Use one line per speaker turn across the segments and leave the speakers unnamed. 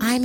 I'm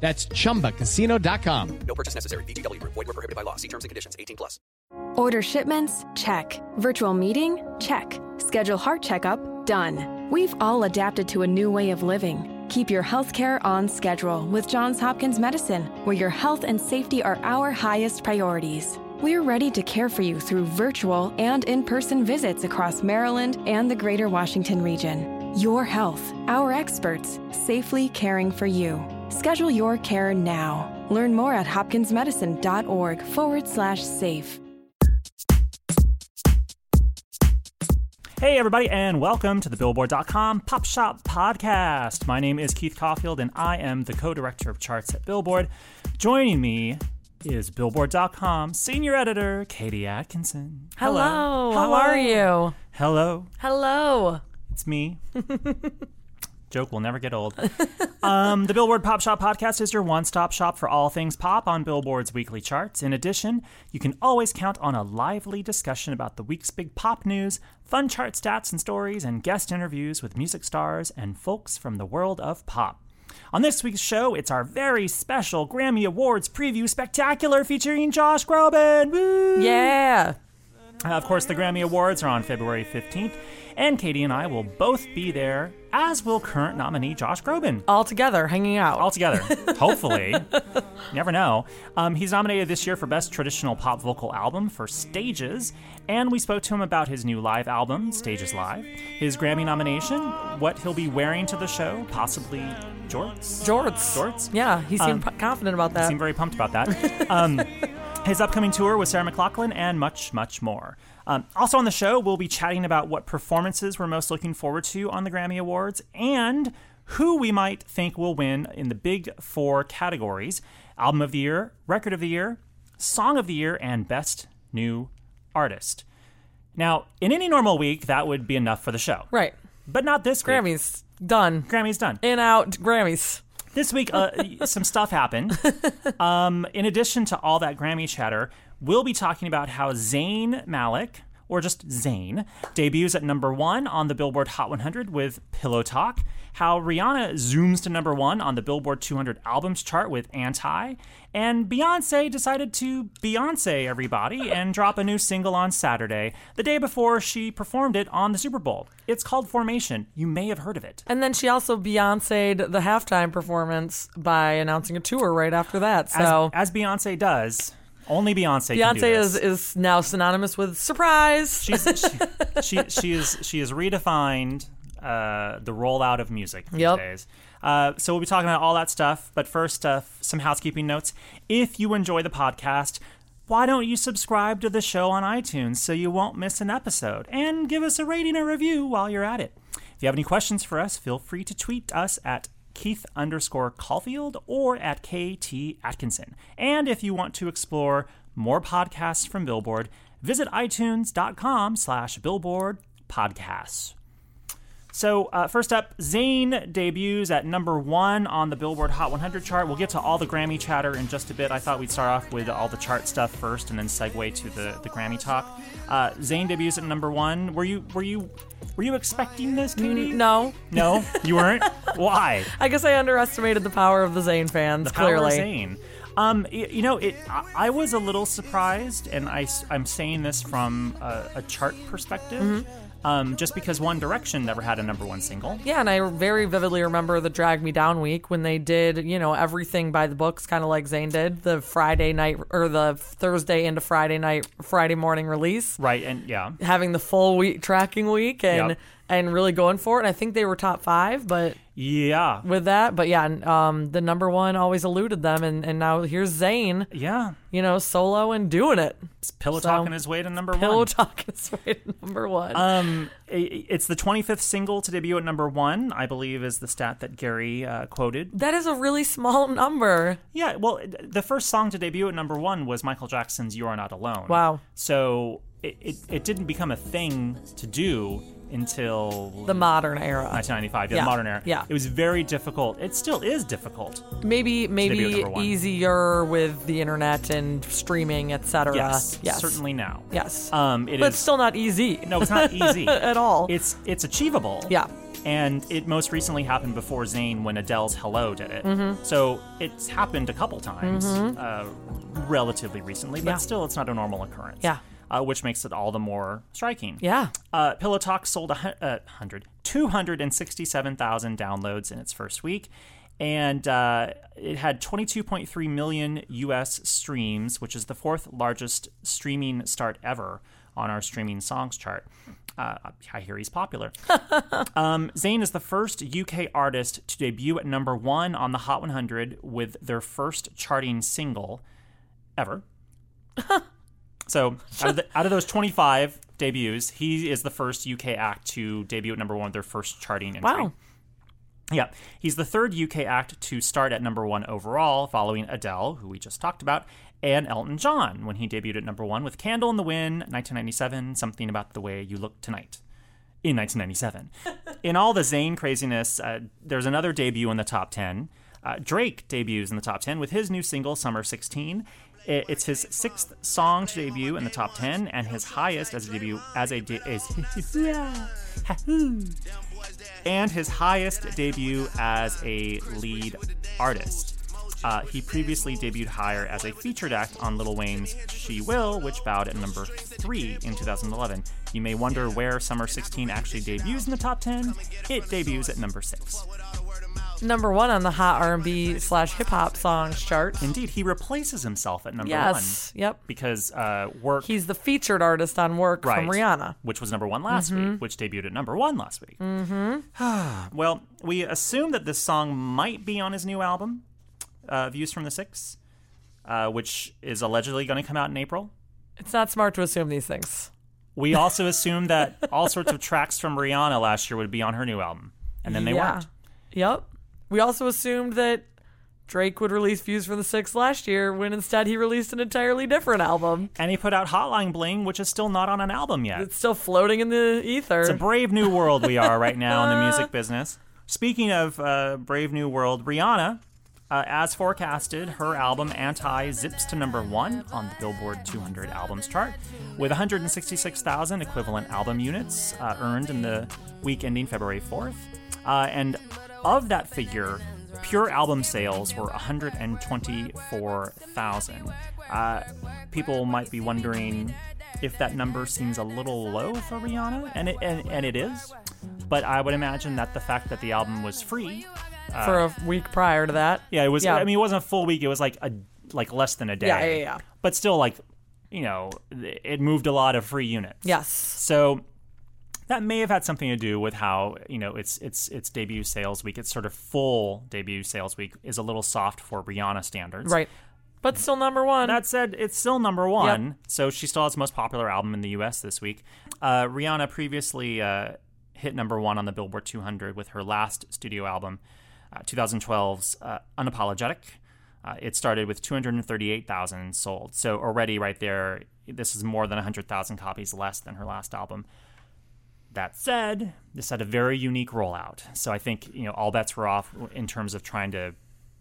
That's chumbacasino.com.
No purchase necessary. VGW Group. Void were prohibited by law. See terms and conditions. 18 plus.
Order shipments? Check. Virtual meeting? Check. Schedule heart checkup? Done. We've all adapted to a new way of living. Keep your healthcare on schedule with Johns Hopkins Medicine, where your health and safety are our highest priorities. We're ready to care for you through virtual and in person visits across Maryland and the greater Washington region. Your health, our experts, safely caring for you. Schedule your care now. Learn more at hopkinsmedicine.org forward slash safe.
Hey, everybody, and welcome to the Billboard.com Pop Shop Podcast. My name is Keith Caulfield, and I am the co director of charts at Billboard. Joining me is Billboard.com senior editor Katie Atkinson.
Hello. How are you?
Hello.
Hello.
It's me. Joke will never get old. um, the Billboard Pop Shop podcast is your one stop shop for all things pop on Billboard's weekly charts. In addition, you can always count on a lively discussion about the week's big pop news, fun chart stats and stories, and guest interviews with music stars and folks from the world of pop. On this week's show, it's our very special Grammy Awards preview spectacular featuring Josh Groban. Woo!
Yeah.
Uh, Of course, the Grammy Awards are on February 15th, and Katie and I will both be there, as will current nominee Josh Groban.
All together, hanging out.
All together, hopefully. Never know. Um, he's nominated this year for Best Traditional Pop Vocal Album for Stages, and we spoke to him about his new live album, Stages Live, his Grammy nomination, what he'll be wearing to the show, possibly jorts.
Jorts.
Jorts?
Yeah, he seemed
Um,
p- confident about that.
Seem very pumped about that. Um, his upcoming tour with Sarah McLaughlin and much, much more. Um, also on the show, we'll be chatting about what performances we're most looking forward to on the Grammy Awards and who we might think will win in the big four categories Album of the Year, Record of the Year, Song of the Year, and Best New Artist. Now, in any normal week, that would be enough for the show.
right.
But not this week.
Grammys. Done.
Grammy's done
In out. Grammys.
this week uh, some stuff happened um, in addition to all that grammy chatter we'll be talking about how zayn malik or just zayn debuts at number one on the billboard hot 100 with pillow talk how rihanna zooms to number one on the billboard 200 albums chart with anti and beyonce decided to beyonce everybody and drop a new single on saturday the day before she performed it on the super bowl it's called formation you may have heard of it
And then she also Beyonce'd the halftime performance by announcing a tour right after that.
as,
So
as Beyonce does, only Beyonce. can do
Beyonce
this.
is, is now synonymous with surprise.
She's, she, she she is she has redefined uh, the rollout of music these
Yep.
days. Uh, so we'll be talking about all that stuff. But first, uh, f- some housekeeping notes. If you enjoy the podcast. Why don't you subscribe to the show on iTunes so you won't miss an episode? And give us a rating or review while you're at it. If you have any questions for us, feel free to tweet us at Keith underscore Caulfield or at KT Atkinson. And if you want to explore more podcasts from Billboard, visit iTunes.com slash Billboard podcasts. So, uh, first up, Zayn debuts at number one on the Billboard Hot 100 chart. We'll get to all the Grammy chatter in just a bit. I thought we'd start off with all the chart stuff first, and then segue to the, the Grammy talk. Uh, Zayn debuts at number one. Were you were you were you expecting this, Katie?
no.
No, you weren't. Why?
I guess I underestimated the power of the Zayn fans,
The
clearly.
power of Zayn. Um, y- you know, it. I, I was a little surprised, and I, am saying this from a, a chart perspective. Um, just because One Direction never had a number one single.
Mm-hmm. Yeah, and I very vividly remember the Drag Me Down week when they did, you know, everything by the books, kind of like Zayn did, the Friday night or the Thursday into Friday night, Friday morning release,
Right, and yeah.
having the full week tracking week and
Yep.
and really going for it. And I think they were top five, but
Yeah.
with that, but yeah, and, um, the number one always eluded them, and and now here's Zayn,
Yeah.
you know, solo and doing it.
Pillow
So-
talking his way to number
Pillow
one.
talk is rated number one. Uh,
Um, i- i- it's the 25th single to debut at number one, I believe, is the stat that Gary uh, quoted.
that is a really small number.
Yeah, well, th- the first song to debut at number one was Michael Jackson's "You Are Not Alone."
Wow.
So it it, it didn't become a thing to do until
The modern era.
1995, yeah,
Yeah,
the modern era.
yeah.
it was very difficult. It still is difficult. debut
Maybe
at
maybe
number one.
easier with the internet and streaming, etc.
yes,
yes,
certainly now.
Yes,
Um, it
but
is-
it's still not easy.
No, it's not easy
at all.
It's it's achievable.
Yeah.
And it most recently happened before Zayn when Adele's "Hello" did it.
Mm-hmm.
So it's happened a couple times, uh, relatively recently, but
Yeah.
still, it's not a normal occurrence.
Yeah.
Uh, which makes it all the more striking.
yeah,
Uh, Pillow Talk sold a hun- uh, 100, 267,000 downloads in its first week. And uh, it had 22.3 million US streams, which is the fourth largest streaming start ever on our streaming songs chart. Uh, I hear he's popular. um, Zayn is the first UK artist to debut at number one on the Hot 100 with their first charting single ever. So out of, the, out of those 25 debuts, he is the first UK act to debut at number one with their first charting entry.
Wow.
Yeah, he's the third UK act to start at number one overall, following Adele, who we just talked about, and Elton John when he debuted at number one with "Candle in the Wind" (1997), "Something About the Way You Look Tonight." In 1997. in all the Zayn craziness, uh, there's another debut in the top 10. Uh, Drake debuts in the top 10 with his new single, Summer 16. I- It's his sixth song to debut in the top 10 and his highest as a debut as a de- is, and his highest debut as a lead artist. Uh, he previously debuted higher as a featured act on Lil Wayne's She Will, which bowed at number three in 2011. You may wonder where Summer 16 actually debuts in the top 10. It debuts at number six.
number one on the hot R&B slash hip hop songs chart.
Indeed, he replaces himself at number
Yes,
one.
yep.
Because uh, work.
He's the featured artist on work
Right.
from Rihanna. Mm-hmm.
which was number one last week, which debuted at number one last week. Mm-hmm. well, we assume that this song might be on his new album, uh, Views from the Six, uh, which is allegedly going to come out in April.
It's not smart to assume these things.
We also assumed that all sorts of tracks from Rihanna last year would be on her new album, and then they
Yeah.
weren't.
Yep. We also assumed that Drake would release Views from the Six last year, when instead he released an entirely different album.
And he put out Hotline Bling, which is still not on an album yet.
It's still floating in the ether.
It's a brave new world we are right now in the music business. Speaking of uh, brave new world, Rihanna, uh, as forecasted, her album Anti zips to number one on the Billboard 200 albums chart, with 166,000 equivalent album units uh, earned in the week ending February 4th. Uh, and of that figure, pure album sales were 124,000. Uh, people might be wondering if that number seems a little low for Rihanna, and it, and, and it is. But I would imagine that the fact that the album was free,
for a week prior to that.
yeah, it was.
Yeah.
I mean, it wasn't a full week; it was like a like less than a day.
Yeah, yeah, yeah.
But still, like you know, it moved a lot of free units.
Yes.
So that may have had something to do with how you know its its its debut sales week, its sort of full debut sales week, is a little soft for Rihanna standards.
Right. But still number one.
That said, it's still number one, so she still has the most popular album in the U.S. this week. Uh, Rihanna previously uh, hit number one on the Billboard 200 with her last studio album, uh, 2012's uh, "Unapologetic." Uh, it started with 238,000 sold, so already right there, this is more than 100,000 copies less than her last album. That said, this had a very unique rollout, so I think you know all bets were off in terms of trying to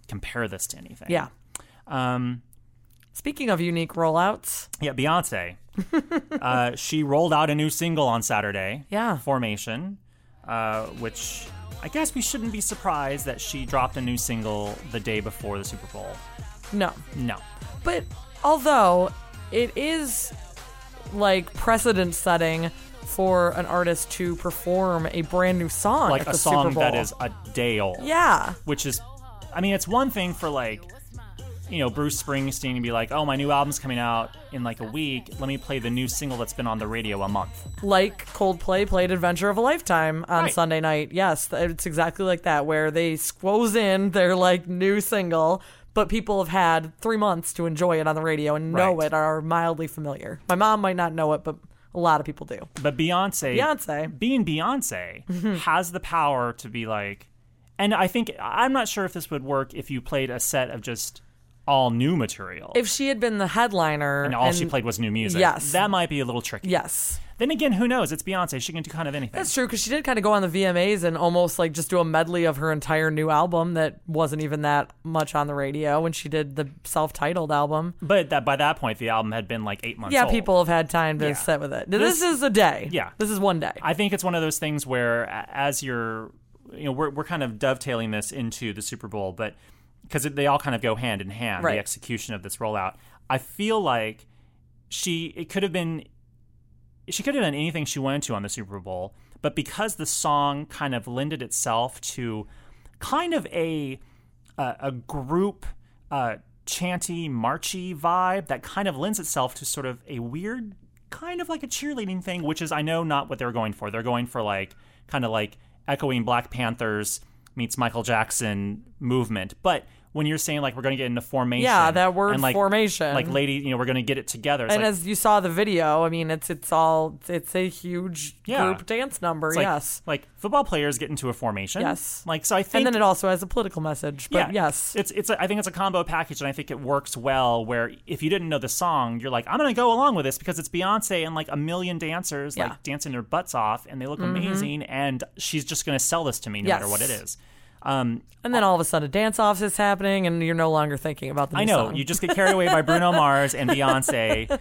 compare this to anything.
yeah.
Um,
Speaking of unique rollouts,
yeah, Beyonce. uh, she rolled out a new single on Saturday.
Yeah.
Formation, uh, which I guess we shouldn't be surprised that she dropped a new single the day before the Super Bowl.
no.
No.
But although it is like precedent setting for an artist to perform a brand new song,
like
at
a
the
song
Super Bowl.
that is a day old.
Yeah.
Which is, I mean, it's one thing for like, you know, Bruce Springsteen to be like, oh, my new album's coming out in like a week. Let me play the new single that's been on the radio a month.
like Coldplay played Adventure of a Lifetime on
Right.
Sunday night. Yes, th- it's exactly like that, where they squoze in their like new single, but people have had three months to enjoy it on the radio and know
Right.
it, are mildly familiar. My mom might not know it, but a lot of people do.
But Beyonce,
Beyonce. Mm-hmm.
being Beyonce, has the power to be like, and I think I'm not sure if this would work if you played a set of just all new material
If she had been the headliner,
and all she played was new music.
Yes.
that might be a little tricky.
Yes,
Then again, who knows? It's Beyonce; she can do kind of anything.
that's true because she did kind of go on the VMAs and almost like just do a medley of her entire new album that wasn't even that much on the radio when she did the self-titled album.
But that by that point, the album had been like eight months.
Yeah,
old.
people have had time to
Yeah.
set with it. This, is a day.
Yeah.
This is one day.
I think it's one of those things where, a- as you're, you know, we're, we're kind of dovetailing this into the Super Bowl, but because they all kind of go hand in hand,
Right.
the execution of this rollout. I feel like she, it could have been, she could have done anything she wanted to on the Super Bowl, but because the song kind of lended itself to kind of a, uh, a group uh, chanty, marchy vibe that kind of lends itself to sort of a weird, kind of like a cheerleading thing, which is I know not what they're going for. They're going for like kind of like echoing Black Panthers meets Michael Jackson movement, but. When you're saying like we're going to get into formation,
Yeah, that word
and, like,
formation.
like lady, you know, we're going to get it together. It's
and
like,
as you saw the video, I mean, it's it's all it's a huge
Yeah.
group dance number.
it's like,
yes,
like football players get into a formation.
Yes.
like so I think
and then it also has a political message. But yes,
it's it's. A, I think it's a combo package, and I think it works well. Where if you didn't know the song, you're like, I'm gonna go along with this because it's Beyonce and like a million dancers
Yeah. Mm-hmm.
like dancing their butts off, and they look amazing, and she's just gonna sell this to me no
Yes.
matter what it is. Um,
and then all of a sudden, a dance off is happening, and you're no longer thinking about the.
I
new
know
song.
you just get carried away by Bruno Mars and Beyonce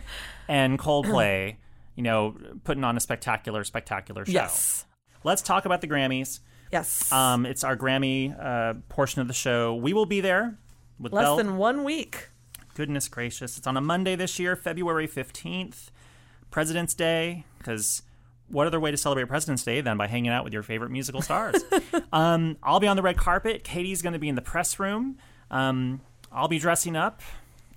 and Coldplay, you know, putting on a spectacular, spectacular show.
yes,
Let's talk about the Grammys.
yes,
Um, it's our Grammy uh, portion of the show. We will be there with
less
Belle.
than one week.
Goodness gracious. It's on a Monday this year, February 15th, President's Day, because what other way to celebrate President's Day than by hanging out with your favorite musical stars? um, I'll be on the red carpet. Katie's going to be in the press room. Um, I'll be dressing up.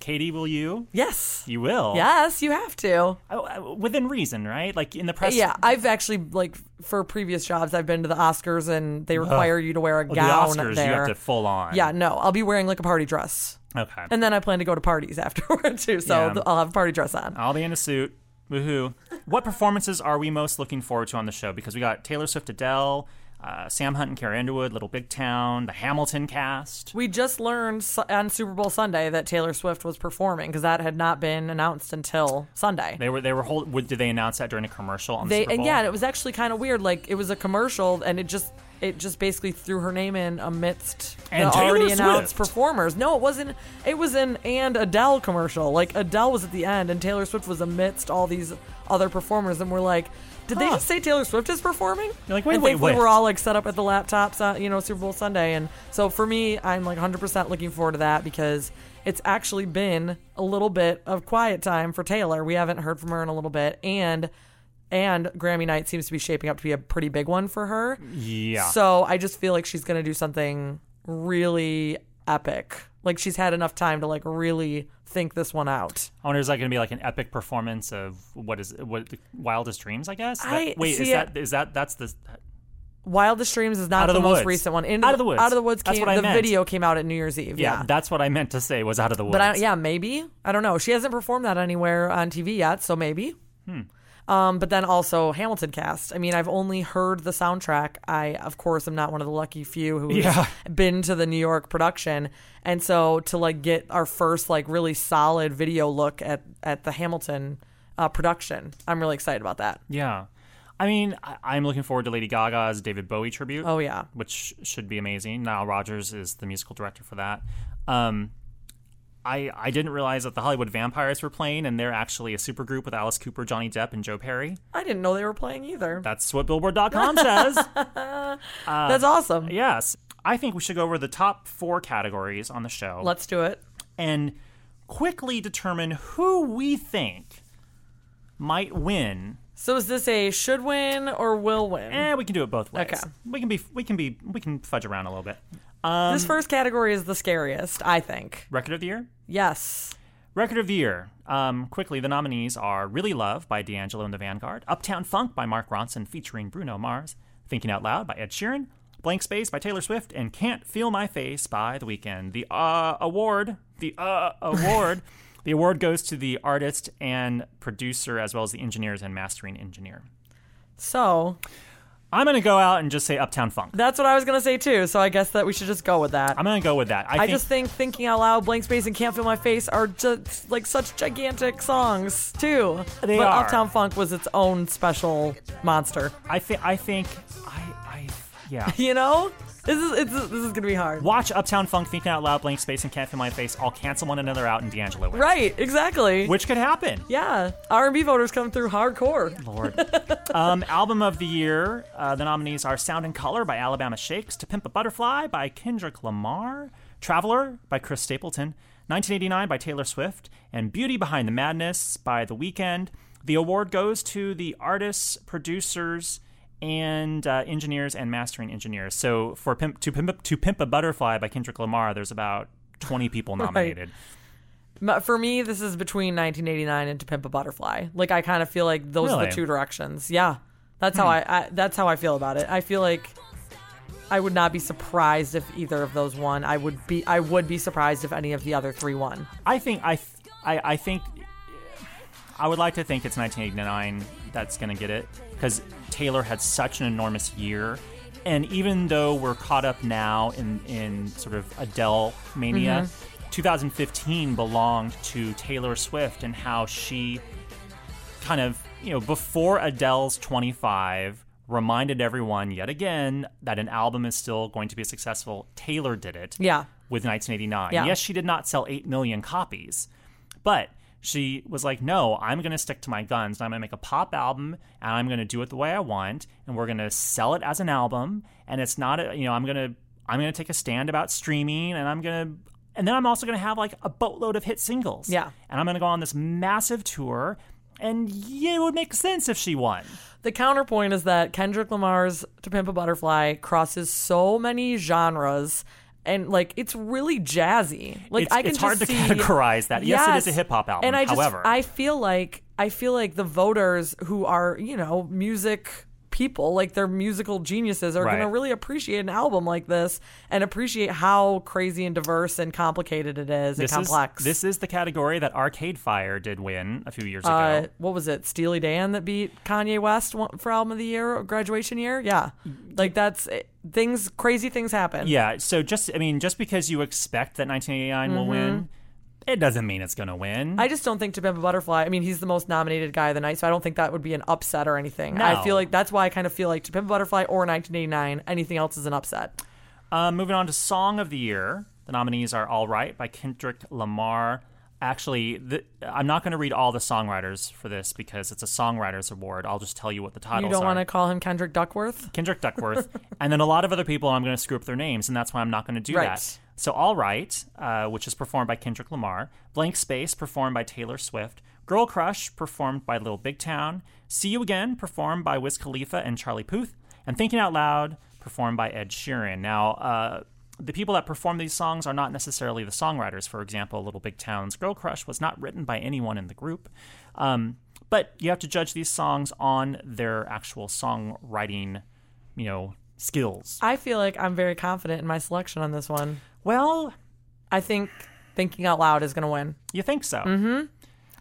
Katie, will you?
Yes,
You will.
yes, you have to.
Oh, uh, within reason, right? Like in the press
Yeah, I've actually like for previous jobs, I've been to the Oscars, and they require you to wear a
the
gown.
Oscars,
there.
you have to full on.
Yeah, no, I'll be wearing like a party dress.
Okay.
And then I plan to go to parties afterward too, so
Yeah.
th- I'll have a party dress on.
I'll be in a suit. Woohoo. what performances are we most looking forward to on the show? Because we got Taylor Swift, Adele, uh, Sam Hunt and Carrie Underwood, Little Big Town, the Hamilton cast.
We just learned su- on Super Bowl Sunday that Taylor Swift was performing because that had not been announced until Sunday.
They were they were hold, would, did they announce that during a commercial on the
They
Super
and
Bowl?
yeah, and it was actually kind of weird. Like it was a commercial, and it just it just basically threw her name in amidst
And
the
Taylor
already
Swift.
announced performers. No, it wasn't. It was an and Adele commercial. Like Adele was at the end, and Taylor Swift was amidst all these other performers, and we're like. Did they
Huh.
just say Taylor Swift is performing?
You're like, wait,
and
wait,
thankfully
wait.
we're all like set up at the laptops, on, you know, Super Bowl Sunday, and so for me, I'm like 100% looking forward to that because it's actually been a little bit of quiet time for Taylor. We haven't heard from her in a little bit, and and Grammy night seems to be shaping up to be a pretty big one for her.
yeah.
So I just feel like she's gonna do something really epic. Like she's had enough time to like really think this one out.
I wonder is that going to be like an epic performance of what is what the Wildest Dreams? I guess. That-
I
wait, is
see
that is that that's the
Wildest Dreams is not
Out of the
most
Woods.
recent one.
Out of the Woods.
Out of the Woods
That's
came
what I
the
meant.
video came out at New Year's Eve.
yeah,
Yeah.
That's what I meant to say was out of the woods.
But I, yeah, maybe I don't know. She hasn't performed that anywhere on TV yet, so maybe. Um, but then also Hamilton cast. I mean, I've only heard the soundtrack. I of course am not one of the lucky few who
Yeah.
has been to the New York production, and so to like get our first like really solid video look at at the Hamilton uh, production, I'm really excited about that.
Yeah. I mean, I, I'm looking forward to Lady Gaga's David Bowie tribute.
Oh, yeah.
which should be amazing. Nile Rodgers is the musical director for that. Um, I I didn't realize that the Hollywood Vampires were playing, and they're actually a supergroup with Alice Cooper, Johnny Depp, and Joe Perry.
I didn't know they were playing either.
That's what Billboard.com says.
That's awesome.
yes, I think we should go over the top four categories on the show
Let's do it.
and quickly determine who we think might win
So is this a should win or will win?
Eh, we can do it both ways.
Okay.
We can be we can be we can fudge around a little bit.
this first category is the scariest, I think.
Record of the year?
Yes.
Record of the year. Um, quickly, the nominees are Really Love by D'Angelo and the Vanguard, Uptown Funk by Mark Ronson featuring Bruno Mars, Thinking Out Loud by Ed Sheeran, Blank Space by Taylor Swift, and Can't Feel My Face by The Weeknd. The uh, award, the uh, award, the award goes to the artist and producer as well as the engineers and mastering engineer.
So
I'm going to go out and just say Uptown Funk.
that's what I was gonna say too. So I guess that we should just go with that.
I'm going to go with that. I,
I
think,
just think thinking out loud, blank space, and can't feel my face are just like such gigantic songs too.
They
but
are.
Uptown Funk was its own special monster.
I, thi- I think, I, I, yeah.
You know, this is it's, this is gonna be hard.
Watch Uptown Funk, Thinking Out Loud, Blank Space, and Can't Feel My Face all cancel one another out and D'Angelo wins.
Right? Exactly.
Which could happen.
yeah, R and B voters come through hardcore.
Lord. um, album of the year. Uh, the nominees are Sound and Color by Alabama Shakes, To Pimp a Butterfly by Kendrick Lamar, Traveler by Chris Stapleton, 1989 by Taylor Swift, and Beauty Behind the Madness by The Weeknd. The award goes to the artists, producers, and uh, engineers and mastering engineers. So for Pimp, to, Pimp, to Pimp a Butterfly by Kendrick Lamar, there's about 20 people nominated.
M- For me, this is between 1989 and To Pimp a Butterfly. Like I kind of feel like those are
Really?
the two directions. Yeah, that's how I, I that's how I feel about it. I feel like I would not be surprised if either of those won. I would be I would be surprised if any of the other three won.
I think I, th- I, I think I would like to think it's 1989 that's going to get it because Taylor had such an enormous year, and even though we're caught up now in in sort of Adele mania, 2015 belonged to Taylor Swift and how she kind of you know before Adele's 25 reminded everyone yet again that an album is still going to be successful. Taylor did it
Yeah.
with 1989.
Yeah.
Yes, she did not sell 8 million copies, but she was like, no, I'm going to stick to my guns. and I'm going to make a pop album and I'm going to do it the way I want. And we're going to sell it as an album. And it's not, a, you know, I'm going to. I'm going to take a stand about streaming and I'm going to and then I'm also going to have like a boatload of hit singles.
Yeah.
And I'm going to go on this massive tour and yeah, it would make sense if she won.
The counterpoint is that Kendrick Lamar's To Pimp a Butterfly crosses so many genres and like it's really jazzy. Like
It's-
I can
it's hard
just
to
see-
categorize that. Yes, it is a
Yes.
hip-hop album,
And I just
however.
I feel like I feel like the voters who are, you know, music people, like they're musical geniuses are going
Right.
to really appreciate an album like this and appreciate how crazy and diverse and complicated it is and complex.
is this is the category that Arcade Fire did win a few years
uh,
ago.
what was it? Steely Dan that beat Kanye West one- for album of the year, or graduation year. Yeah, like that's it, things. Crazy things happen.
Yeah, so just I mean, just because you expect that 1989 will win, it doesn't mean it's going to win.
Mm-hmm. I just don't think To Pimp a Butterfly. I mean, he's the most nominated guy of the night, so I don't think that would be an upset or anything. I
No.
feel like that's why I kind of feel like To Pimp a Butterfly or 1989. Anything else is an upset.
Uh, moving on to Song of the Year. The nominees are All Right by Kendrick Lamar. Actually, the, I'm not going to read all the songwriters for this because it's a songwriters award. I'll just tell you what the titles
You don't
are.
want to call him Kendrick Duckworth.
Kendrick Duckworth, and then a lot of other people. and I'm going to screw up their names, and that's why I'm not going to do
Right.
that. So, All Right, uh, which is performed by Kendrick Lamar, Blank Space, performed by Taylor Swift, Girl Crush, performed by Lil Big Town, See You Again, performed by Wiz Khalifa and Charlie Puth, and Thinking Out Loud, performed by Ed Sheeran. Now, uh, the people that perform these songs are not necessarily the songwriters. For example, Little Big Town's Girl Crush was not written by anyone in the group. Um, but you have to judge these songs on their actual songwriting you know skills.
I feel like I'm very confident in my selection on this one.
Well,
I think Thinking Out Loud is going to win.
you think so? Mm-hmm.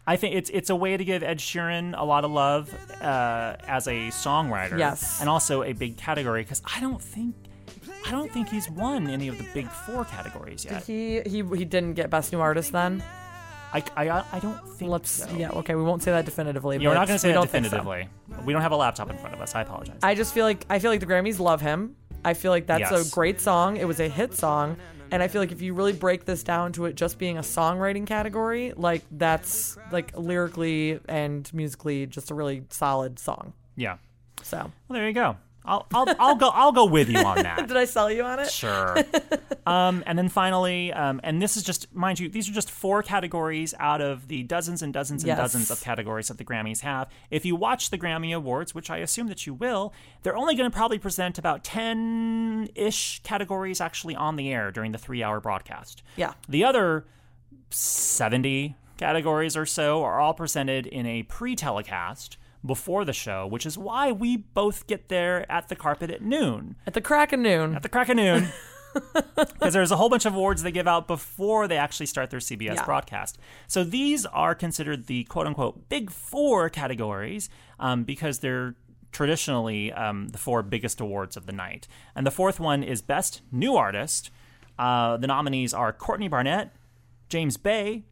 I think it's it's a way to give Ed Sheeran a lot of love uh, as a songwriter.
Yes.
and also a big category because I don't think I don't think he's won any of the big four categories yet.
He he he didn't get Best New Artist then.
I, I, I don't think.
Let's
so.
yeah okay. We won't say that definitively.
You're
but
not going to say
we
that
don't think so.
definitively. We don't have a laptop in front of us. I apologize.
I just feel like I feel like the Grammys love him. I feel like that's
Yes.
a great song. It was a hit song, and I feel like if you really break this down to it just being a songwriting category, like that's like lyrically and musically just a really solid song.
yeah.
So
Well, there you go. I'll, I'll, I'll go. I'll go with you on that.
Did I sell you on it?
Sure. um, and then finally, um, and this is just, mind you, these are just four categories out of the dozens and dozens and
Yes.
dozens of categories that the Grammys have. If you watch the Grammy Awards, which I assume that you will, they're only going to probably present about 10 ish categories actually on the air during the three hour broadcast.
Yeah.
The other 70 categories or so are all presented in a pre telecast before the show, which is why we both get there at the carpet at noon
At the crack of noon.
at the crack of noon because there's a whole bunch of awards they give out before they actually start their CBS
Yeah.
broadcast. So these are considered the quote unquote big four categories um, because they're traditionally um, the four biggest awards of the night. And the fourth one is Best New Artist. Uh, the nominees are Courtney Barnett, James Bay,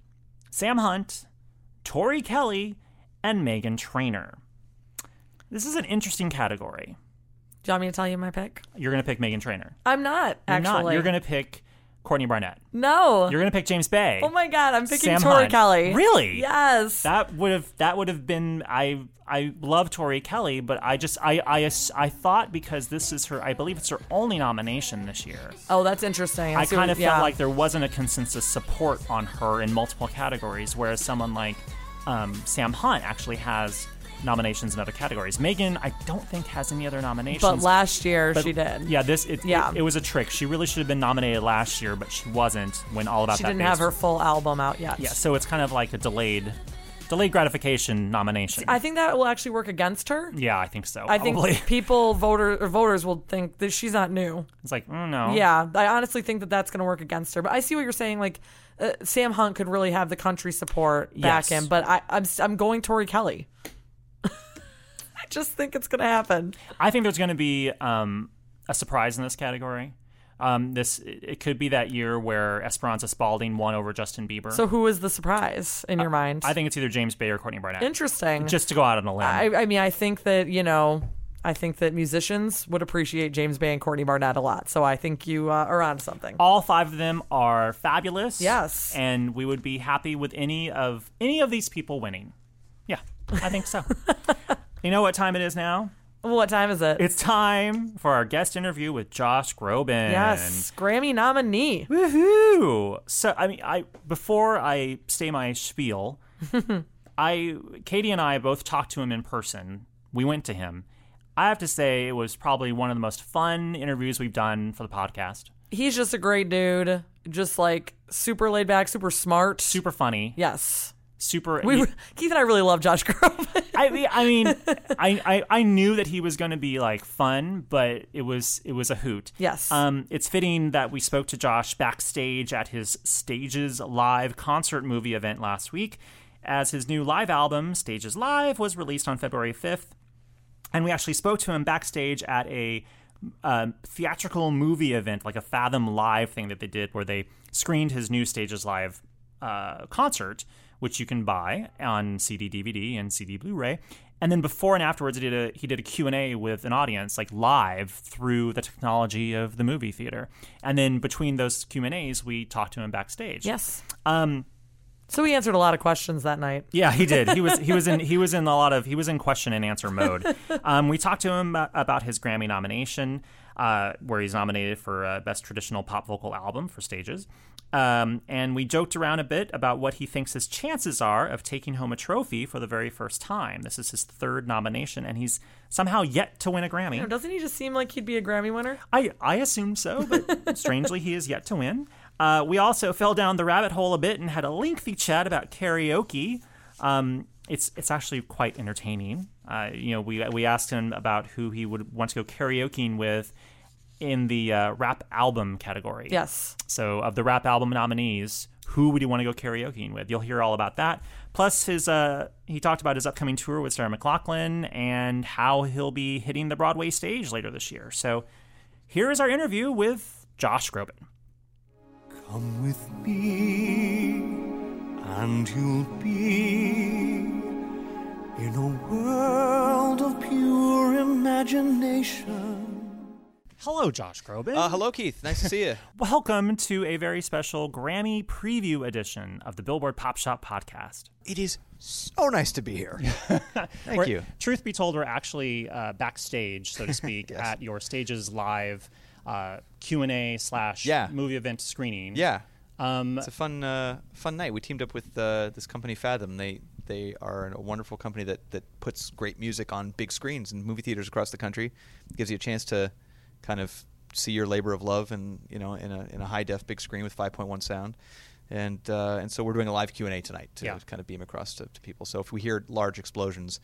Sam Hunt, Tori Kelly, and Megan Trainor. This is an interesting category.
Do you want me to tell you my pick?
You're going to pick Megan Trainor.
I'm not,
You're
actually.
not. You're gonna pick Courtney Barnett.
No.
You're gonna pick James Bay.
oh my God, I'm picking
Sam
Tori
Hunt.
Kelly.
Really?
Yes.
That would have that would have been I I love Tori Kelly, but I just I I ass- I thought because this is her I believe it's her only nomination this year.
oh, that's interesting.
I
see
kind
what-
of
yeah.
felt like there wasn't a consensus support on her in multiple categories, whereas someone like um, Sam Hunt actually has nominations in other categories. Megan, I don't think has any other nominations.
But last year
But,
she did.
Yeah, this it,
Yeah.
it, it was a trick. She really should have been nominated last year, but she wasn't when All About
She
That
didn't
Bass
have her full album out yet.
Yeah, so it's kind of like a delayed delayed gratification nomination.
I think that will actually work against her.
yeah, I think so.
I think
probably.
people voter or voters will think that she's not new.
it's like, mm, no.
Yeah, I honestly think that that's going to work against her. But I see what you're saying. Like uh, Sam Hunt could really have the country support
Yes.
back him, but I, I'm s- I'm going Tori Kelly. I just think it's going to happen.
I think there's going to be um, a surprise in this category. Um, this it it could be that year where Esperanza Spalding won over Justin Bieber.
So who is the surprise in your mind?
I think it's either James Bay or Courtney Barnett.
interesting.
Just to go out on a limb.
I, I mean, I think that you know. I think that musicians would appreciate James Bay and Courtney Barnett a lot, so I think you uh, are on something.
all five of them are fabulous.
Yes.
And we would be happy with any of any of these people winning. Yeah, I think so. you know what time it is now?
What time is it?
It's time for our guest interview with Josh Groban.
yes, Grammy nominee.
Woohoo! So I mean, I before I say my spiel, I Katie and I both talked to him in person. We went to him. I have to say it was probably one of the most fun interviews we've done for the podcast.
He's just a great dude, just like super laid back, super smart.
Super funny.
Yes.
Super. e-
We Keith and I really love Josh Groban.
I mean, I mean, I, I, I knew that he was going to be like fun, but it was it was a hoot.
Yes.
Um, it's fitting that we spoke to Josh backstage at his Stages Live concert movie event last week, as his new live album Stages Live was released on February fifth, and we actually spoke to him backstage at a um, theatrical movie event, like a Fathom Live thing that they did, where they screened his new Stages Live uh, concert, which you can buy on CD, DVD, and CD Blu-ray. And then before and afterwards, he did a he did a Q and A with an audience, like live through the technology of the movie theater. And then between those Q and As, we talked to him backstage.
yes.
Um.
So he answered a lot of questions that night.
Yeah, he did. He was he was in he was in a lot of he was in question and answer mode. Um, we talked to him a- about his Grammy nomination, uh, where he's nominated for uh, best traditional pop vocal album for Stages, um, and we joked around a bit about what he thinks his chances are of taking home a trophy for the very first time. This is his third nomination, and he's somehow yet to win a Grammy.
Doesn't he just seem like he'd be a Grammy winner?
I, I assume so, but strangely, he is yet to win. Uh, we also fell down the rabbit hole a bit and had a lengthy chat about karaoke. Um, it's it's actually quite entertaining. Uh, you know, we we asked him about who he would want to go karaokeing with in the uh, rap album category.
Yes.
So, of the rap album nominees, who would you want to go karaokeing with? You'll hear all about that. Plus, his uh, he talked about his upcoming tour with Sarah McLaughlin and how he'll be hitting the Broadway stage later this year. So, here is our interview with Josh Groban.
Come with me, and you'll be in a world of pure imagination.
Hello, Josh Groban.
Uh, hello, Keith. Nice to see you.
Welcome to a very special Grammy preview edition of the Billboard Pop Shop podcast.
it is so nice to be here. Thank
We're-
you.
Truth be told, we're actually uh, backstage, so to speak, at your stages live uh, Q and A slash
Yeah.
movie event screening.
Yeah.
Um,
It's a fun, uh, fun night. We teamed up with uh, this company, Fathom. They they are a wonderful company that that puts great music on big screens in movie theaters across the country. It gives you a chance to kind of see your labor of love, and you know, in a in a high def big screen with 5.1 sound. And uh, and so we're doing a live Q and A tonight to
Yeah.
kind of beam across to, to people. So if we hear large explosions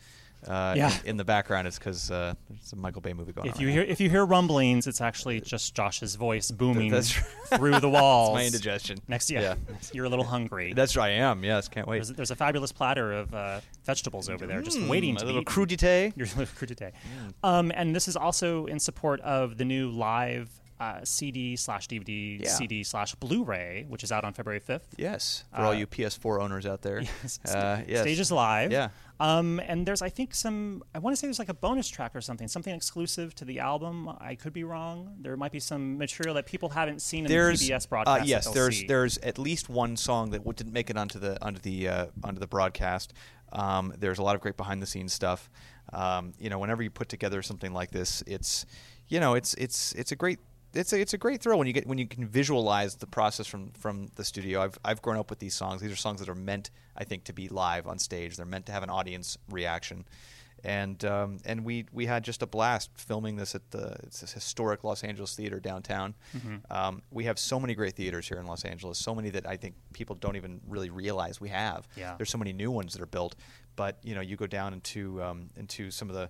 uh,
Yeah.
in, in the background, it's because uh, there's a Michael Bay movie going on.
if you
right
hear if you hear rumblings, it's actually just Josh's voice booming
that's
through the walls.
now. my indigestion.
Next, yeah, you're a little hungry.
That's right. I am. Yes, can't wait.
there's, there's a fabulous platter of uh, vegetables over there, just waiting
Mm,
to
a
be
little
eaten.
crudité. Mm.
your little crudité. Um, and this is also in support of the new live uh, CD slash DVD,
Yeah.
CD slash Blu-ray, which is out on February fifth.
Yes, for all you PS4 owners out there.
Uh, Yes.
Uh, yes.
Stage is live.
Yeah.
Um, and there's, I think, some. I want to say there's like a bonus track or something, something exclusive to the album. I could be wrong. There might be some material that people haven't seen in
There's
the PBS
uh,
broadcast. that
yes,
they'll
there's
see.
there's at least one song that w- didn't make it onto the onto the uh, onto the broadcast. Um, there's a lot of great behind the scenes stuff. Um, you know, whenever you put together something like this, it's you know, it's it's it's a great it's a, it's a great thrill when you get when you can visualize the process from from the studio. I've I've grown up with these songs. These are songs that are meant, I think, to be live on stage. They're meant to have an audience reaction. and um, and we we had just a blast filming this at the it's this historic Los Angeles theater downtown. Um, we have so many great theaters here in Los Angeles, so many that I think people don't even really realize we have.
Yeah.
There's so many new ones that are built, but you know you go down into um, into some of the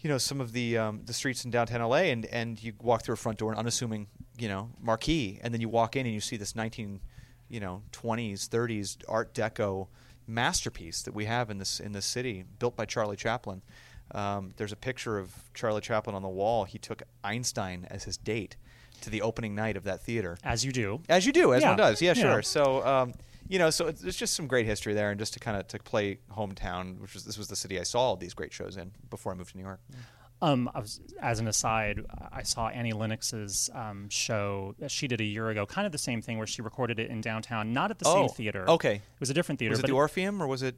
you know some of the um, the streets in downtown LA, and and you walk through a front door, an unassuming you know marquee, and then you walk in and you see this 19 you know 20s 30s Art Deco masterpiece that we have in this in this city, built by Charlie Chaplin. Um, there's a picture of Charlie Chaplin on the wall. He took Einstein as his date to the opening night of that theater.
as you do.
As you do, as
Yeah.
one does. Yeah,
Yeah.
sure. So, um, you know, so it's, it's just some great history there, and just to kind of to play hometown, which was this was the city I saw all these great shows in before I moved to New York.
Um, I was, as an aside, I saw Annie Lennox's um, show that she did a year ago, kind of the same thing where she recorded it in downtown, not at the
Oh,
same theater.
okay.
It was a different theater.
Was it
but
the Orpheum or was it?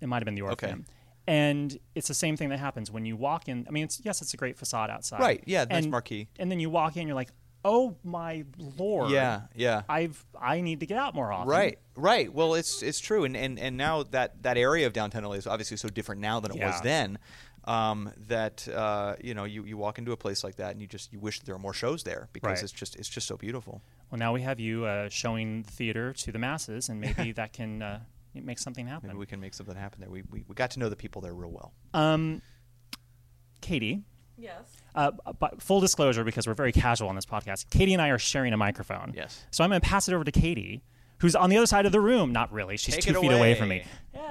It might have been the Orpheum. And it's the same thing that happens when you walk in. I mean, it's yes, it's a great facade outside.
Right, yeah, nice
and,
marquee.
And then you walk in, you're like, oh my lord.
Yeah, yeah.
I've I need to get out more often.
Right, right. Well, it's it's true, and and, and now that that area of downtown LA is obviously so different now than it was
Yeah.
then. Um, that uh, you know, you, you walk into a place like that, and you just you wish there were more shows there because
Right.
it's just it's just so beautiful.
Well, now we have you uh, showing the theater to the masses, and maybe that can uh, make something happen.
Maybe we can make something happen there. We, we we got to know the people there real well.
Katie.
Yes.
Uh, but full disclosure, because we're very casual on this podcast, Katie and I are sharing a microphone.
Yes.
So I'm going to pass it over to Katie, who's on the other side of the room. Not really. She's
Take
two
it
feet away from me.
away.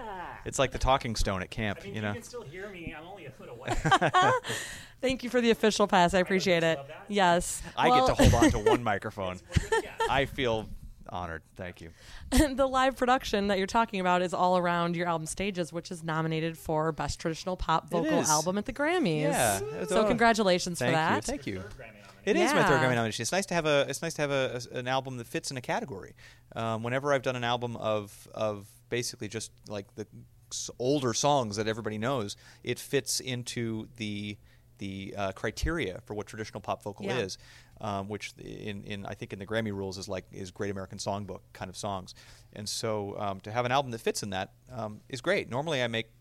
It's like the talking stone at camp, you know.
still hear me. I'm only a foot away.
Thank you for the official pass. I appreciate it. Yes.
I
Well-
get to hold on to one microphone. I feel honored. Thank you.
the live production that you're talking about is all around your album stages, which is nominated for best traditional pop vocal
is.
album at the Grammys.
Yeah.
So congratulations
Thank
for that.
you. Thank you. It is my third
Yeah.
Grammy nomination. It's nice to have a. It's nice to have a, a- an album that fits in a category. Um, whenever I've done an album of of basically just like the s- older songs that everybody knows, it fits into the the uh, criteria for what traditional pop vocal
Yeah.
is, um, which in, in I think in the Grammy rules is like is Great American Songbook kind of songs, and so um, to have an album that fits in that um, is great. Normally I make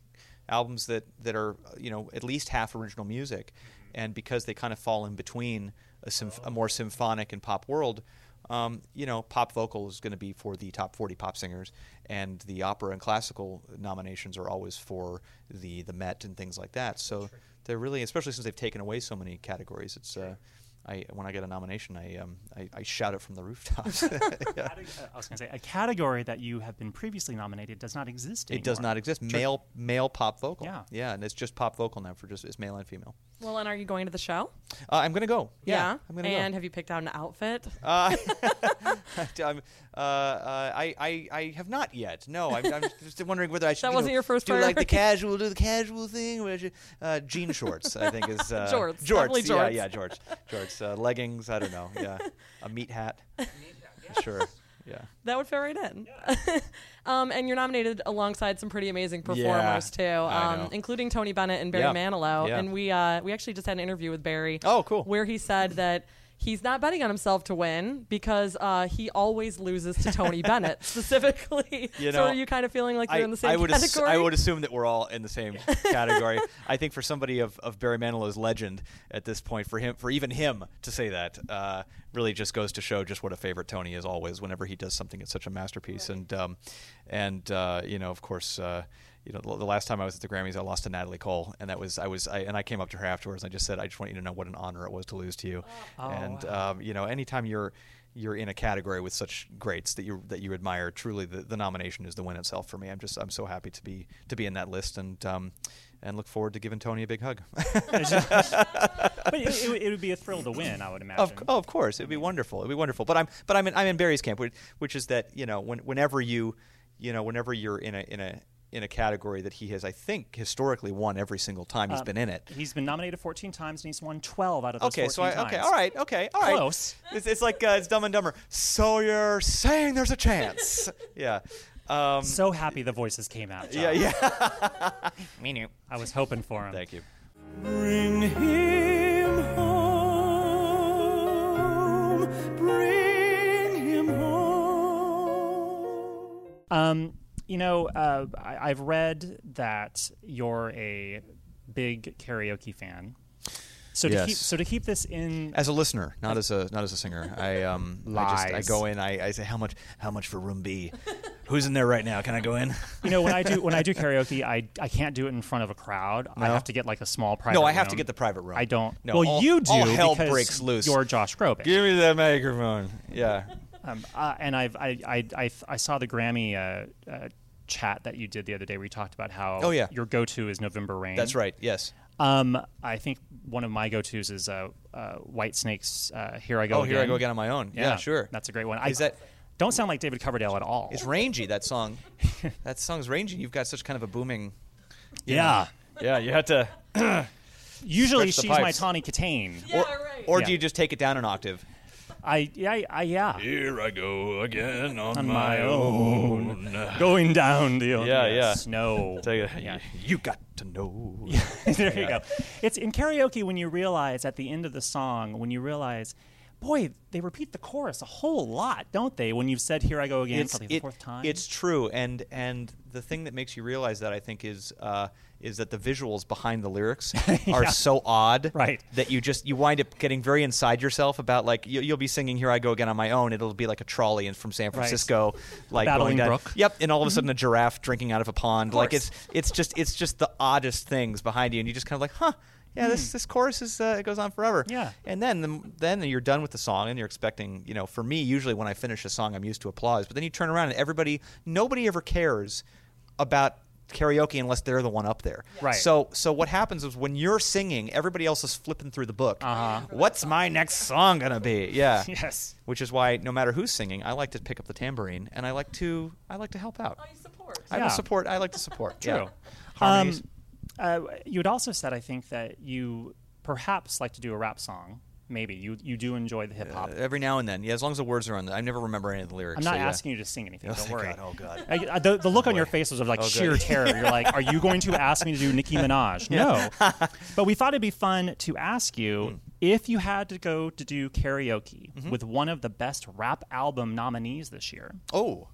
albums that that are you know at least half original music, and because they kind of fall in between a, symph- a more symphonic and pop world, um, you know, pop vocal is going to be for the top forty pop singers, and the opera and classical nominations are always for the the Met and things like that. So they're really, especially since they've taken away so many categories, it's. Uh, I, when I get a nomination, I, um, I, I shout it from the rooftops.
I was going to say a category that you have been previously nominated does not exist.
it does
anymore.
not exist. Male male pop vocal.
Yeah.
yeah, and it's just pop vocal now for just it's male and female.
Well, and are you going to the show?
Uh, I'm gonna go. Yeah, I'm gonna
and
go. Uh,
have you picked out an outfit?
I'm, uh, uh, I, I I have not yet. No, I'm, I'm just wondering whether I should.
That
you
wasn't
know,
your first
do like
priority.
the casual, do the casual thing. Or I should, uh, jean shorts, I think is uh,
Jorts, definitely
Jorts, yeah,
jorts.
yeah, George, George. It's uh, leggings. I don't know. Yeah, a meat hat. Sure. Yeah.
That would fit right in. um, and you're nominated alongside some pretty amazing performers
Yeah, I
too,
know.
um, including Tony Bennett and Barry
Yeah,
Manilow.
yeah.
And we uh, we actually just had an interview with Barry.
Oh, cool.
Where he said that. He's not betting on himself to win because uh, he always loses to Tony Bennett specifically.
You
so
know,
are you kind of feeling like you're in the same
I would ass-
category?
I would assume that we're all in the same category. I think for somebody of, of Barry Manilow's legend at this point, for him, for even him to say that, uh, really just goes to show just what a favorite Tony is always. Whenever he does something, it's such a masterpiece. And um, and uh, you know, of course. Uh, you know, the the last time I was at the Grammys, I lost to Natalie Cole, and that was I was I, and I came up to her afterwards. and I just said, I just want you to know what an honor it was to lose to you.
Oh.
and um, you know, anytime you're you're in a category with such greats that you that you admire. Truly, the, the nomination is the win itself for me. I'm just I'm so happy to be to be in that list and um, and look forward to giving Tony a big hug.
but it, it, would- it would be a thrill to win, I would imagine.
of, oh, of course, it'd be wonderful. It'd be wonderful. But I'm but I'm in, I'm in Barry's camp, which, which is that you know when, whenever you you know whenever you're in a in a in a category that he has, I think historically won every single time
Um,
he's been in it.
He's been nominated 14 times and he's won 12 out of those
Okay,
14
so I,
times.
okay, all right, okay, all right.
Close.
It's, it's like uh, it's Dumb and Dumber. So you're saying there's a chance? yeah. Um,
So happy the voices came out. John.
yeah, yeah.
Me new.
I was hoping for him.
Thank you.
Bring him home. Bring him home.
Um, you know, uh, I, I've read that you're a big karaoke fan. So to
Yes.
keep so to keep this in
As a listener, not as a not as a singer. I um I
Lies.
just I go in, I, I say how much how much for room B? Who's in there right now? Can I go in?
you know when I do when I do karaoke I, I can't do it in front of a crowd I
No?
have to get like a small private
no, I have to
room.
get the private room.
I don't
No,
well
all-
you do
all hell
because
breaks loose.
you're Josh Groban
Give me that microphone. Yeah.
Um, uh, and I've, I, I, I, I saw the Grammy uh, uh, chat that you did the other day where you talked about how
Oh, yeah.
your go to is November Rain.
That's right. Yes.
Um, I think one of my go tos is uh, uh, White Snake's uh, Here I Go
Oh,
Again.
here I go again on my own. Yeah, sure.
That's a great one.
Is
I
that-
don't sound like David Coverdale at all.
It's rangy that song. that song's rangy. You've got such kind of a booming.
yeah.
Yeah, you had to.
Usually
Stretch
she's
the
my
pipes.
Tawny Katane.
yeah,
Or,
right.
or
Yeah.
do you just take it down an octave?
I, yeah, I, I, yeah.
Here I go again on,
my own. Going down the
Yeah, yeah.
snow.
yeah. You got to know.
there you go. It's in karaoke when you realize at the end of the song, when you realize, boy, they repeat the chorus a whole lot, don't they? When you've said "Here I go again" probably the
it-
fourth time.
It's true, and and the thing that makes you realize that I think is uh, is that the visuals behind the lyrics are so odd,
Right.
That you just you wind up getting very inside yourself about like you, you'll be singing "Here I Go Again" on my own. It'll be like a trolley and from San Francisco, like
Babbling
going down.
brook. Mm-hmm.
Yep, and all of a sudden a giraffe drinking out of a pond. like it's it's just it's just the oddest things behind you, and you just kind of like, huh. Yeah,
Hmm.
this, this chorus is uh, it goes on forever.
Yeah.
And then the, then you're done with the song and you're expecting, you know, for me, usually when I finish a song, I'm used to applause. But then you turn around and everybody, nobody ever cares about karaoke unless they're the one up there.
Right.
So so what happens is when you're singing, everybody else is flipping through the book. Uh-huh. What's my next song going to be? Yeah.
yes.
Which is why no matter who's singing, I like to pick up the tambourine and I like to I like to help out.
support.
I'm
Yeah.
a support. I like to support.
True.
Yeah. Harmonies.
Um, uh, you had also said, I think, that you perhaps like to do a rap song. Maybe you you do enjoy the hip hop.
Every now and then, yeah. As long as the words are on, the, I never remember any of the lyrics.
I'm not
so, yeah.
asking you to sing anything. don't
thank
worry.
God. Oh, God.
I- I- the, the look on your face was of like
Oh, good.
sheer terror. You're like, are you going to ask me to do Nicki Minaj? No. but we thought it'd be fun to ask
Hmm.
you if you had to go to do karaoke
Mm-hmm.
with one of the best rap album nominees this year.
Oh.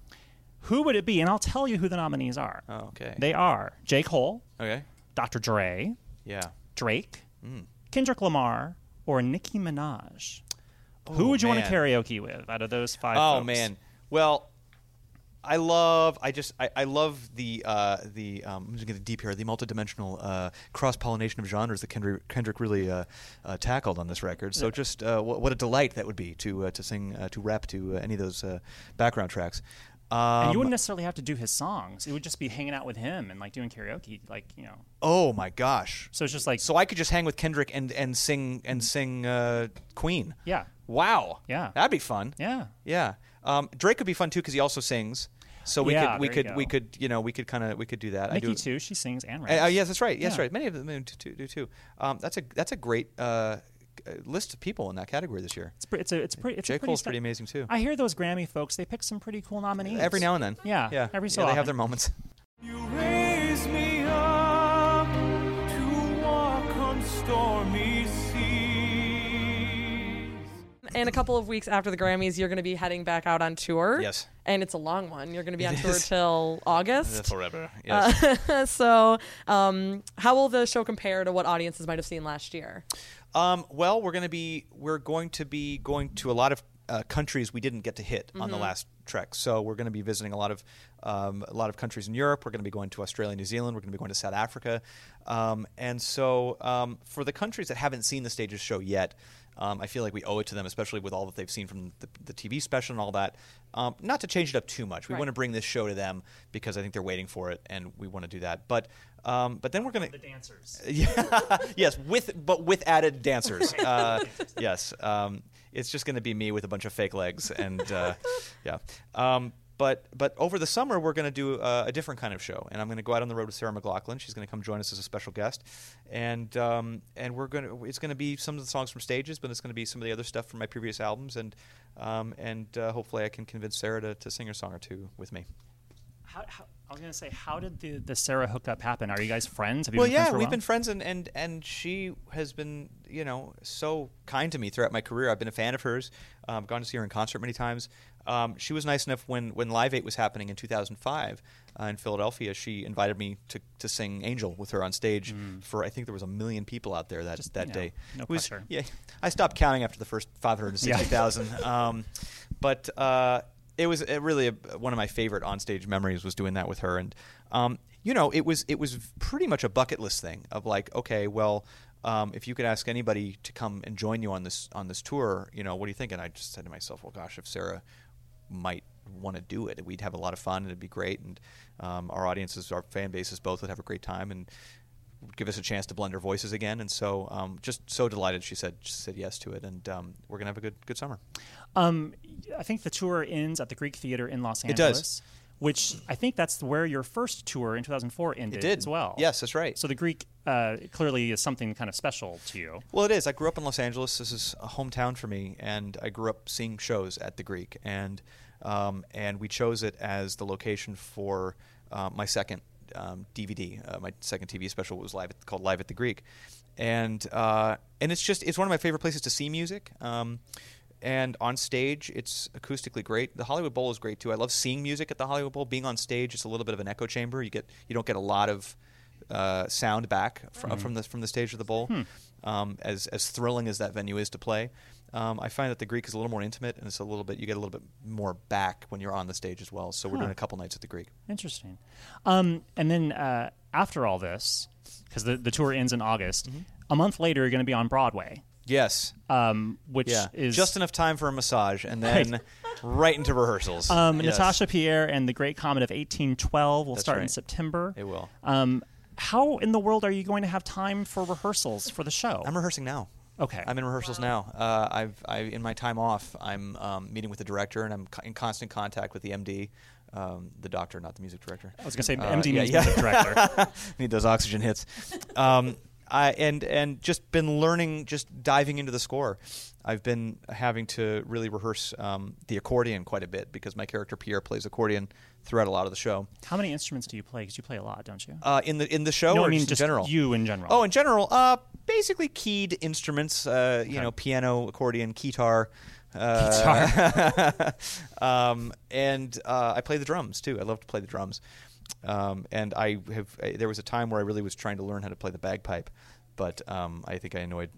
Who would it be? And I'll tell you who the nominees are.
Oh, okay.
They are J. Cole,
okay.
Dr. Dre,
Yeah.
Drake,
Mm.
Kendrick Lamar, or Nicki Minaj. Who would you want
Oh, man.
to karaoke with out of those five?
Oh
folks?
man. Well, I love. I just. I, I love the uh, the. Um, I'm just gonna get deep here. The multidimensional uh, cross pollination of genres that Kendrick, Kendrick really uh, uh, tackled on this record. So just uh, wh- what a delight that would be to uh, to sing uh, to rap to uh, any of those uh, background tracks. Um,
And you wouldn't necessarily have to do his songs. It would just be hanging out with him and like doing karaoke, like you know.
oh my gosh.
So it's just like
So I could just hang with Kendrick and and sing and sing uh, Queen.
Yeah.
Wow.
Yeah.
That'd be fun.
yeah.
Yeah. Um, Drake could be fun too because he also sings. So we
Yeah,
could we
there you
could we
go.
could you know we could kind of we could do that. I
Nikki
do.
too. She sings and raps.
Uh, yes, that's right. Yes,
Yeah.
right. Many of them do, do, do too. Um, that's a that's a great uh, uh, list of people in that category this year.
It's pretty. It's a. It's pretty. It's a
J.
pretty
Cole's
sta-
pretty amazing, too.
I hear those Grammy folks. They pick some pretty cool nominees
Every now and then.
Yeah,
Yeah.
every so
yeah, They
often.
have their moments.
You raise me up to walk on stormy seas.
In a couple of weeks after the Grammys, you're going to be heading back out on tour.
Yes.
And it's a long one. You're going to be on
It
tour
is.
till August.
Forever. Yes.
so, um, how will the show compare to what audiences might have seen last year?
Um, well, we're going to be we're going to be going to a lot of uh, countries we didn't get to hit on the last trek. So we're going to be visiting a lot of um, a lot of countries in Europe. We're going to be going to Australia, New Zealand. We're going to be going to South Africa. Um, and so um, for the countries that haven't seen the stages show yet. Um, I feel like we owe it to them, especially with all that they've seen from the, the TV special and all that, um, not to change it up too much. We want to bring this show to them because I think they're waiting for it, and we want to do that. But um, but then we're going to
dancers.
yeah. yes, with but with added dancers. Uh, yes, um, it's just going to be me with a bunch of fake legs and uh, yeah. Um, but but over the summer we're going to do uh, a, a different kind of show, and I'm going to go out on the road with Sarah McLaughlin. She's going to come join us as a special guest, and um, and we're going to it's going to be some of the songs from stages, but it's going to be some of the other stuff from my previous albums, and um, and uh, hopefully I can convince Sarah to, to sing a song or two with me.
How, how, I was gonna say, how did the, the Sarah hookup happen? Are you guys friends? Have you
well
been
yeah
friends for a
we've
while?
been friends and, and and she has been you know so kind to me throughout my career i've been a fan of hers um, gone to see her in concert many times um, she was nice enough when when live 8 was happening in 2005 uh, in philadelphia she invited me to, to sing angel with her on stage for i think there was a million people out there that,
you
that
know,
day
Mm. no
It was-
pressure.
yeah i stopped counting after the first 560000 um, but uh, it was uh really a, one of my favorite onstage memories was doing that with her and um, you know it was it was pretty much a bucket list thing of like okay well um, if you could ask anybody to come and join you on this on this tour you know what do you think and i just said to myself well gosh if sarah might want to do it we'd have a lot of fun and it'd be great and um, our audiences our fan bases both would have a great time and give us a chance to blend our voices again and so um, just so delighted she said she said yes to it and um, we're gonna have a good good summer
Um, I think the tour ends at the Greek Theater in Los
It
Angeles.
does.
Which I think that's where your first tour in 2004 ended
did.
as well.
Yes, that's right.
So the Greek uh, clearly is something kind of special to you.
Well, it is. I grew up in Los Angeles. This is a hometown for me, and I grew up seeing shows at the Greek, and um, and we chose it as the location for uh, my second um, DVD, uh, my second TV special was live at, called Live at the Greek, and uh, and it's just it's one of my favorite places to see music. Um, and on stage, it's acoustically great. The Hollywood Bowl is great too. I love seeing music at the Hollywood Bowl. Being on stage, it's a little bit of an echo chamber. You get you don't get a lot of uh, sound back from,
Mm-hmm.
from the from the stage of the bowl.
Hmm.
Um, as as thrilling as that venue is to play, um, I find that the Greek is a little more intimate, and it's a little bit you get a little bit more back when you're on the stage as well. So we're doing a couple nights at the Greek.
Interesting. Um, and then uh, after all this, because the, the tour ends in August,
Mm-hmm.
a month later you're going to be on Broadway,
Yes,
um, which
yeah,
is
just enough time for a massage, and then right, into rehearsals.
Um,
Yes.
Natasha Pierre and the Great Comet of 1812 will
That's
start in
right.
September.
It will.
Um, how in the world are you going to have time for rehearsals for the show?
I'm rehearsing now.
Okay.
I'm in rehearsals now. Uh, I've, I, in my time off, I'm um, meeting with the director, and I'm co- in constant contact with the MD, um, the doctor, not the music director.
I was going to say
Uh,
MD
yeah,
means
yeah.
music director.
need those oxygen hits. Um, I and and just been learning, just diving into the score. I've been having to really rehearse um, the accordion quite a bit because my character Pierre plays accordion throughout a lot of the show.
How many instruments do you play? Because you play a lot, don't you?
Uh, in the in the show,
no,
or
I mean
just, in general,
you in general.
Oh, in general, uh, basically keyed instruments. Uh, you know, piano, accordion, guitar. Uh, um, and uh, I play the drums too. I love to play the drums. Um, and I have. I, there was a time where I really was trying to learn how to play the bagpipe, but um, I think I annoyed.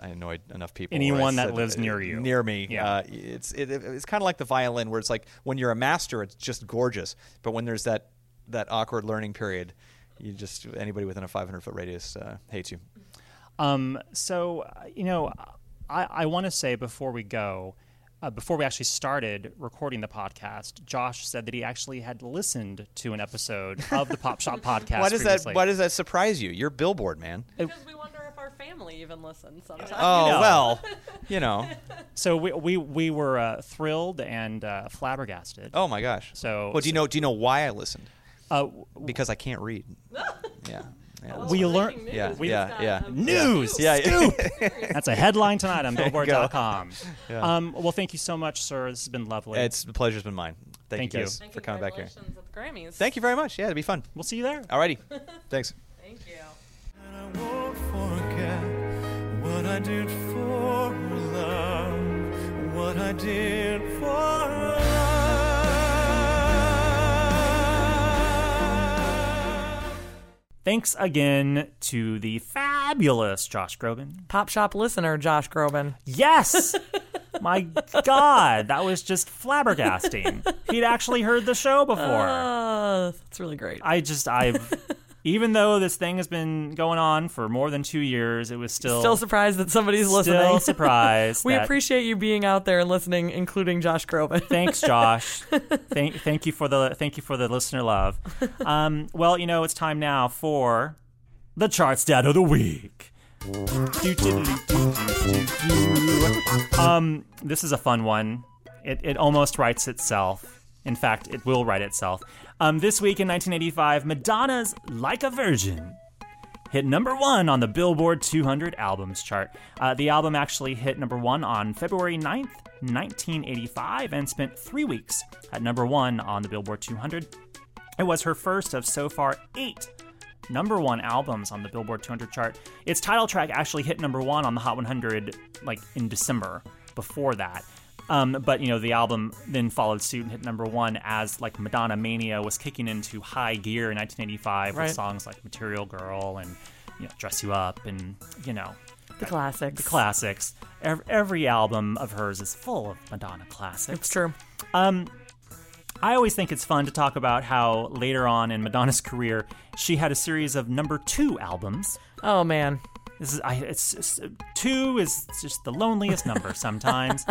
I annoyed enough people. where I
Anyone that
said,
lives
uh,
near you.
near me.
Yeah.
Uh, it's it, it's kind of like the violin, where it's like when you're a master, it's just gorgeous. But when there's that that awkward learning period, you just anybody within a 500 foot radius uh, hates you.
Um, so, uh, you know, I, I want to say before we go, uh, before we actually started recording the podcast, Josh said that he actually had listened to an episode of the Pop Shop podcast.
Why does
previously.
that Why does that surprise you? You're Billboard man.
Because we wonder if our family even listens sometimes.
Oh well, you know.
So we we, we were uh, thrilled and uh, flabbergasted.
Oh my gosh.
So-
well, do you know? Do you know why I listened?
Uh, w-
Because I can't read. yeah. Yeah, that's
we learn.
Breaking
Yeah,
news.
yeah, yeah.
News.
Yeah, yeah.
Scoop. That's a headline tonight on Billboard.com.
Yeah.
um, well, thank you so much, sir. This has been lovely.
It's the pleasure's been mine. Thank,
Thank
you
you.
guys
And
for coming back here.
congratulations at the Grammys.
Thank you very much. Yeah, it'd be fun.
we'll see you there.
Alrighty. Thanks.
Thank you.
And I won't forget what I did for love, what I did for love.
Thanks again to the fabulous Josh Groban.
Pop Shop listener Josh Groban.
Yes! My God, that was just flabbergasting. He'd actually heard the show before.
Uh, that's really great.
I just, I've, even though this thing has been going on for more than two years, it was still,
Still surprised that somebody's
still
listening.
surprised.
we
that-
appreciate you being out there and listening, including Josh Groban.
Thanks, Josh. thank, thank you for the thank you for the listener love. Um, well, you know it's time now for the chart stat of the week. Um, this is a fun one. It it almost writes itself. In fact, it will write itself. Um, this week in 1985, Madonna's "Like a Virgin." hit number one on the Billboard 200 albums chart. Uh, the album actually hit number one on February 9th, 1985, and spent three weeks at number one on the Billboard 200. It was her first of so far eight number one albums on the Billboard 200 chart. Its title track actually hit number one on the Hot 100 like in December before that. Um, but you know the album then followed suit and hit number one as like Madonna Mania was kicking into high gear in 1985
Right.
with songs like Material Girl and you know Dress You Up and you know
the classics.
the classics. Ev- Every album of hers is full of Madonna classics.
It's true.
I always think it's fun to talk about how later on in Madonna's career, she had a series of number two albums.
Oh man,
This is I, it's, it's- two is just the loneliest number sometimes.